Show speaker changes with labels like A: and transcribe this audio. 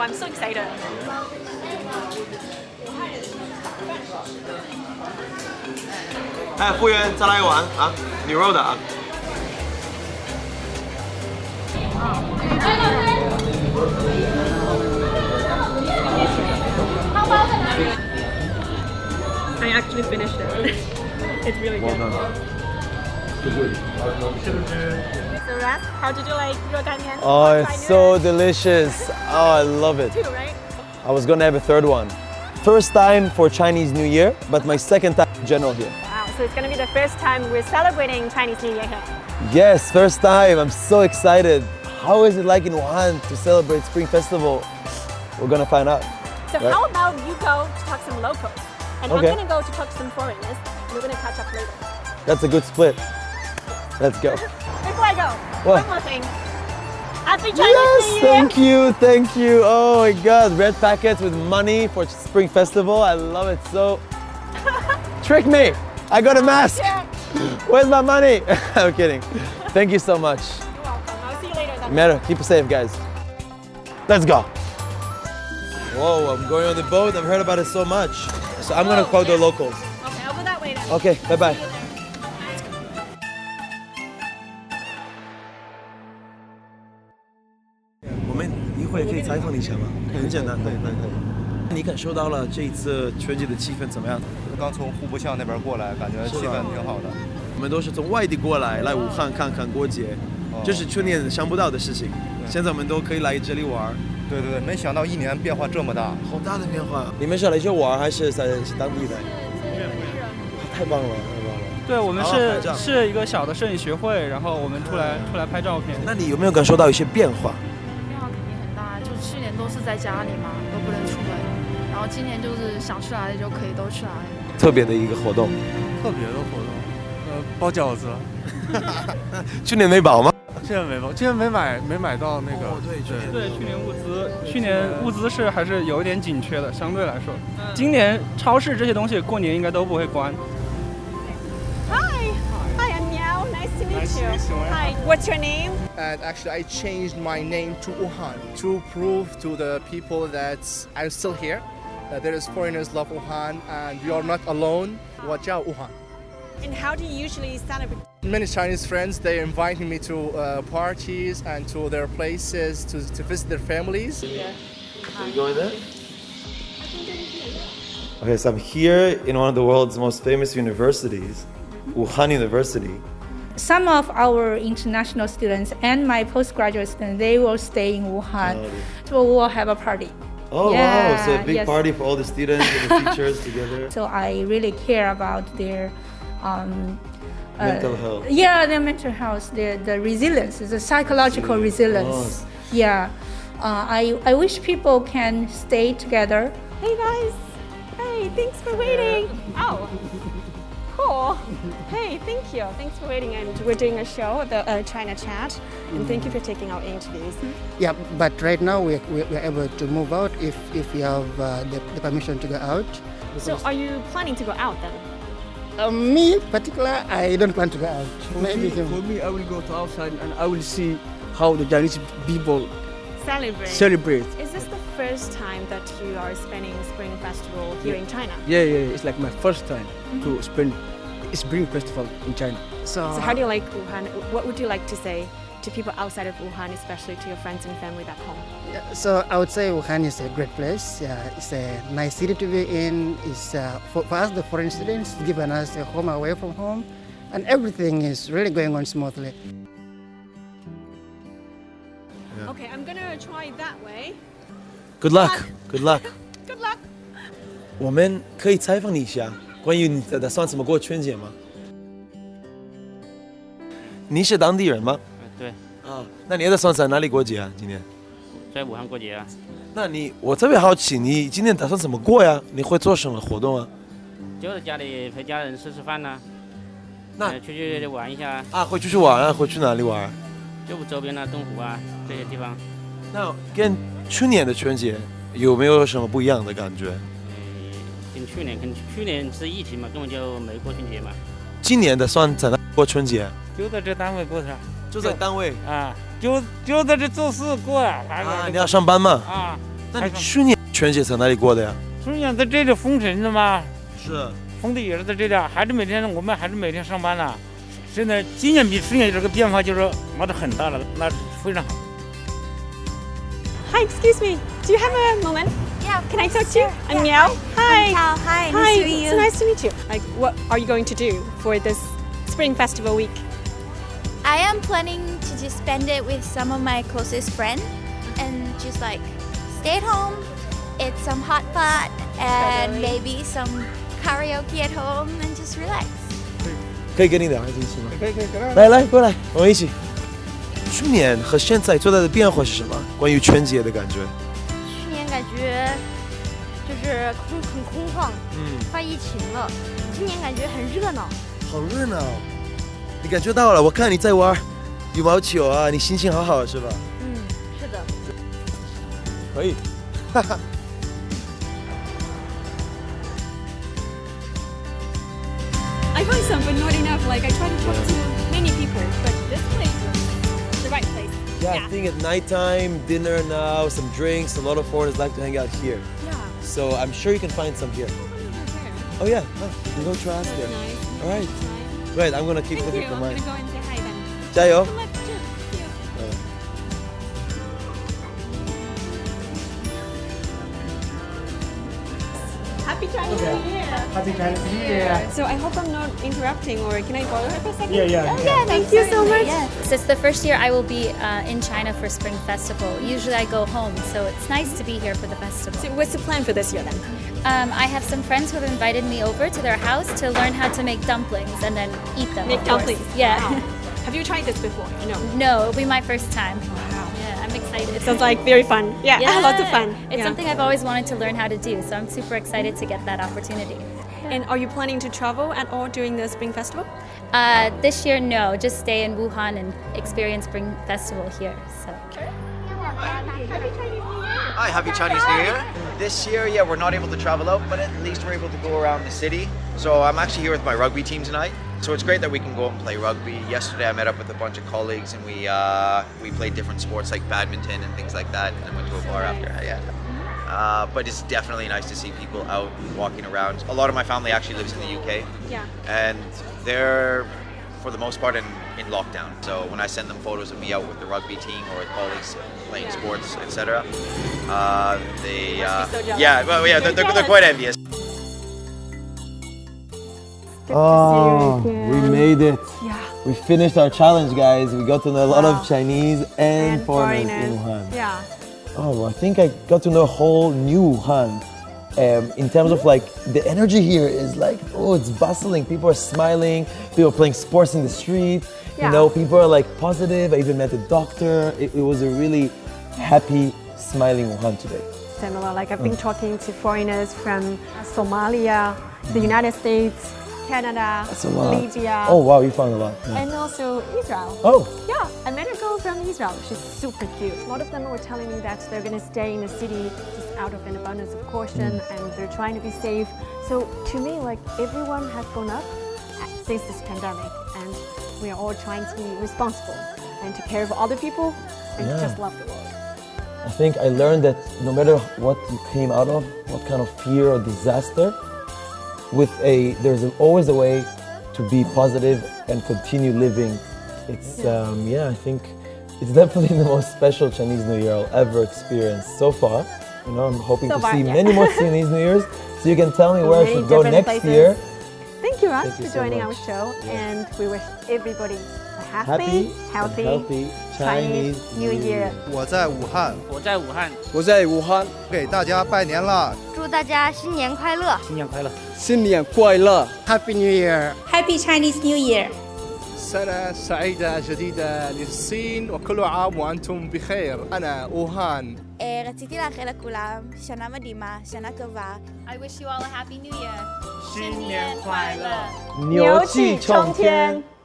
A: I'm so excited. ”
B: 哎，服务员，再来一碗啊，牛肉的啊。
A: I actually finished it. it's really good. So Raz, how did you like your Ganyan?
C: Oh, it's so delicious. Oh, I love it.
A: Two, right?
C: I was gonna have a third one. First time for Chinese New Year, but my second time in general here.
A: Wow, so it's gonna be the first time we're celebrating Chinese New Year here.
C: Yes, first time. I'm so excited. How is it like in Wuhan to celebrate Spring Festival? We're gonna find out.
A: So
C: Right.
A: how about you go to talk some locals, and
C: Okay.
A: I'm gonna go to talk some foreigners, and we're gonna catch up later.
C: That's a good split. Let's go.
A: Before I go,
C: What?
A: one more thing. Happy Chinese
C: Yes,
A: New Year!
C: thank you, thank you. Oh my God, red packets with money for Spring Festival. I love it so. Trick me. I got a mask.
A: Yeah,
C: Where's my money? I'm kidding. Thank you so much.
A: you're welcome. I'll see you later. Then.
C: Matter, keep it safe, guys. Let's go. Whoa, I'm going on the boat. I've heard about it so much. So I'm gonna
A: Oh,
C: call the
A: yeah.
C: locals.
A: Okay, I'll go that way then.
C: Okay, bye bye.
D: 刚从户部巷那边过来，感觉气氛挺好的。
C: 我们都是从外地过来，来武汉看看过节，这是去年想不到的事情。现在我们都可以来这里玩，
D: 对对对，没想到一年变化这么大。
C: 好大的变化！你们是来这玩还是在当地的？太棒了，太棒了！
E: 对，我们
C: 好
E: 是
C: 拍照嗯
E: 是一个小的摄影学会，然后我们出来出来拍照片。
C: 那你有没有感受到一些变化？
F: 变化肯定很大，就去年都是在家里嘛，都不能出门，然后今年就是想去哪里就可以都去哪里。
C: 特别的一个活动，
G: 特别的活动，呃，包饺子。
C: 去年没保吗？
G: 现在没包，今年没买，没买到那个。对对
E: 对，去年物资，去年物资是还是有一点紧缺的，相对来说，
C: 嗯
E: 今年超市这些东西过年应该都不会关。
A: Hi. Hi, I'm Miao. Nice to meet
E: Nice to
A: you.
E: meet you.
A: Hi. What's your name?
H: and actually I changed my name to Wuhan to prove to the people that I'm still here, that there is foreigners love Wuhan and you are not alone. Watch out Wuhan.
A: And how do you usually celebrate?
H: Many Chinese friends they inviting me to uh, parties and to their places to, to visit their families.
C: Okay, so I'm here in one of the world's most famous universities, Wuhan University.
I: Some of our international students and my postgraduate students, they will stay in Wuhan. So we'll have a party.
C: Oh wow! So a
I: Yeah,
C: big
I: yes.
C: party for all the students and the teachers together.
I: So I really care about their um, uh,
C: Mental health.
I: Yeah, their mental health, their the resilience, the psychological resilience.
C: Oh.
I: Yeah. Uh, I, I wish people can stay together.
A: Hey guys. Hey, thanks for waiting. Oh. Cool. Hey, thank you. Thanks for waiting. And we're doing a show, the uh, China Chat. And thank you
E: Mm-hmm.
A: for taking our interviews.
J: Yeah, but right now we we we are able to move out if if we have uh, the, the permission to go out.
A: So, are you planning to go out then?
J: Uh, me particular, I don't plan to go out. Maybe him.
G: For me, I will go to outside and I will see how the Chinese people
A: Celebrate.
G: celebrate.
A: Is this the first time that you are spending Spring Festival here in China?
G: Yeah, yeah, it's like my first time
C: Mm-hmm.
G: to spend Spring Festival in China.
A: So, how do you like Wuhan? What would you like to say to people outside of Wuhan, especially to your friends and family back home?
J: Yeah, So I would say Wuhan is a great place. Yeah, it's a nice city to be in. It's uh, for, for us the foreign students, given us a home away from home, and everything is really going on smoothly.
A: Okay, I'm gonna try that way.
C: Good luck. Good luck.
A: Good luck.
C: 我们可以采访你一下，关于你打打算怎么过春节吗？您是当地人吗？
K: 呃对，
C: 啊，那你打算在哪里过节啊？今年？
K: 在武汉过节啊，
C: 那你我特别好奇，你今年打算怎么过呀？你会做什么活动啊？
K: 就在家里陪家人吃吃饭呐、啊
C: 那
K: 呃出去玩一下，
C: 啊，会出去玩啊？会去哪里玩？
K: 就周边啊，东湖啊这些地方，
C: 那跟去年的春节有没有什么不一样的感觉？
K: 呃，跟去年跟去年是疫情嘛，根本就没过春节嘛，
C: 今年打算在哪里过春节？
K: 就在这单位过的
C: 就在单位
K: 啊，就就在这做事过啊，
C: 啊？你要上班吗？
K: 啊，
I: 那你去年春节在哪里过的呀？
E: 春节在这里封城的嘛，
I: 是
E: 封的也是在这里啊，还是每天我们还是每天上班呢。现在今年比去年这个变化就是那是很大了，那是非常好。
A: Hi, excuse me. Do you have a moment? Yeah. Can I talk to you? I'm
F: Yeah,
A: Miao. Hi.
F: hi. I'm Cao. Hi, nice to meet
A: it's
F: you.
A: nice to meet you. Like, what are you going to do for this Spring Festival week?
F: I am planning to just spend it with some of my closest friends and just like stay at home, eat some hot pot, and maybe some karaoke at home and just relax.
I: 可以跟你两孩子一起吗？
F: 可以可以可以
I: 来来，过来，我们一起。去年和现在最大的变化是什么？关于春节的感觉？
L: 去年感觉就是空很空旷，
I: 嗯，
L: 快疫情了。今年感觉很热闹，
I: 好热闹。你感觉到了？我看你在玩羽毛球啊，你心情好好是吧？
L: 嗯，是的。
I: 可以。
A: I found some, but not enough. Like, I tried to talk to many people, but this place was the right place.
I: Yeah, I think at nighttime, dinner now, some drinks. A lot of foreigners like to hang out here.
A: Yeah.
I: So I'm sure you can find some here. Oh yeah, oh, you go try us there. All right. Wait, I'm gonna keep
A: Thank
I: looking
A: you.
I: for
A: I'm
I: mine.
A: gonna go and say hi then.
I: 加油！
A: Happy Chinese
M: Okay.
A: New Year.
M: Happy Chinese New Year.
A: So I hope I'm not interrupting, or can I bother her for a second?
M: Yeah, yeah,
A: Oh,
M: yeah.
A: yeah. Thank you so much.
N: Yes, it's the first year I will be uh, in China for Spring Festival. Usually I go home, so it's nice to be here for the festival. So
A: what's the plan for this year then?
N: Um, I have some friends who have invited me over to their house to learn how to make dumplings and then eat them.
A: Make
N: of course.
A: dumplings.
N: Yeah.
A: Wow. Have you tried this before? No.
N: No, it'll be my first time. Wow. Yeah, I'm excited.
A: Sounds like very fun. Yeah, lots of fun.
N: It's
A: Yeah.
N: something I've always wanted to learn how to do, so I'm super excited to get that opportunity.
A: And are you planning to travel at all during the Spring Festival?
N: Uh, this year, no, just stay in Wuhan and experience Spring Festival here. So.
C: Hi, happy Chinese New Year. This year, yeah, we're not able to travel out, but at least we're able to go around the city. So I'm actually here with my rugby team tonight. So it's great that we can go out and play rugby. Yesterday, I met up with a bunch of colleagues and we uh, we played different sports like badminton and things like that, and then went to a bar after. Yeah. Uh, but it's definitely nice to see people out walking around. A lot of my family actually lives in the UK,
A: Yeah.
C: and they're for the most part in, in lockdown. So when I send them photos of me out with the rugby team or with colleagues playing sports, etc., uh, they uh,
A: so jealous.
C: yeah, well, yeah, they're, they're, they're quite envious.
I: Oh, we made it.
A: Yeah.
I: We finished our challenge, guys. We got to know a lot of Chinese and, foreigners, in Wuhan.
A: Yeah.
I: Oh, well, I think I got to know a whole new Wuhan. Um, in terms of like the energy here is like oh it's bustling people are smiling people are playing sports in the street
A: Yeah.
I: you know people are like positive i even met a doctor it, it was a really happy smiling wuhan today
A: Similar. Like I've
I: Oh.
A: been talking to foreigners from Somalia, the United States, Canada,
I: that's a lot
A: Libya,
I: oh wow you found a lot Yeah.
A: and also Israel.
I: oh
A: Yeah, I met a girl from Israel. She's super cute. A lot of them were telling me that they're going to stay in the city just out of an abundance of caution
I: Mm.
A: and they're trying to be safe. So to me, like everyone has gone up uh, since this pandemic, and we are all trying to be responsible and to care for other people and to
I: Yeah.
A: just love the world.
I: I think I learned that no matter what you came out of, what kind of fear or disaster, with a there's always a way to be positive and continue living. It's um, yeah, I think it's definitely the most special Chinese New Year I'll ever experience so far. You know, I'm hoping
A: So
I: to
A: far,
I: see
A: yeah.
I: many more Chinese New Years, so you can tell me where I
A: Many
I: should go
A: different
I: next
A: places.
I: year.
A: Thank you, Russ,
I: Thank you
A: for
I: so
A: joining our
I: much.
A: show, and we wish everybody a happy,
I: Happy and
A: healthy,
I: healthy
A: Chinese New Year.
H: 我在武汉，
O: 我在武汉，
H: 我在武汉，给大家拜年啦！
L: 祝大家新年快乐！
H: 新年快乐！
J: 新年快乐，Happy New Year！
F: Happy Chinese New Year.
P: سنة سعيدة جديدة للصين وكل عام وأنتم بخير أنا أوهان
F: רציתי לאחל לכולם שנה מדהימה, שנה טובה. I wish you all a happy new year.
M: 新年快乐
I: 牛气冲天！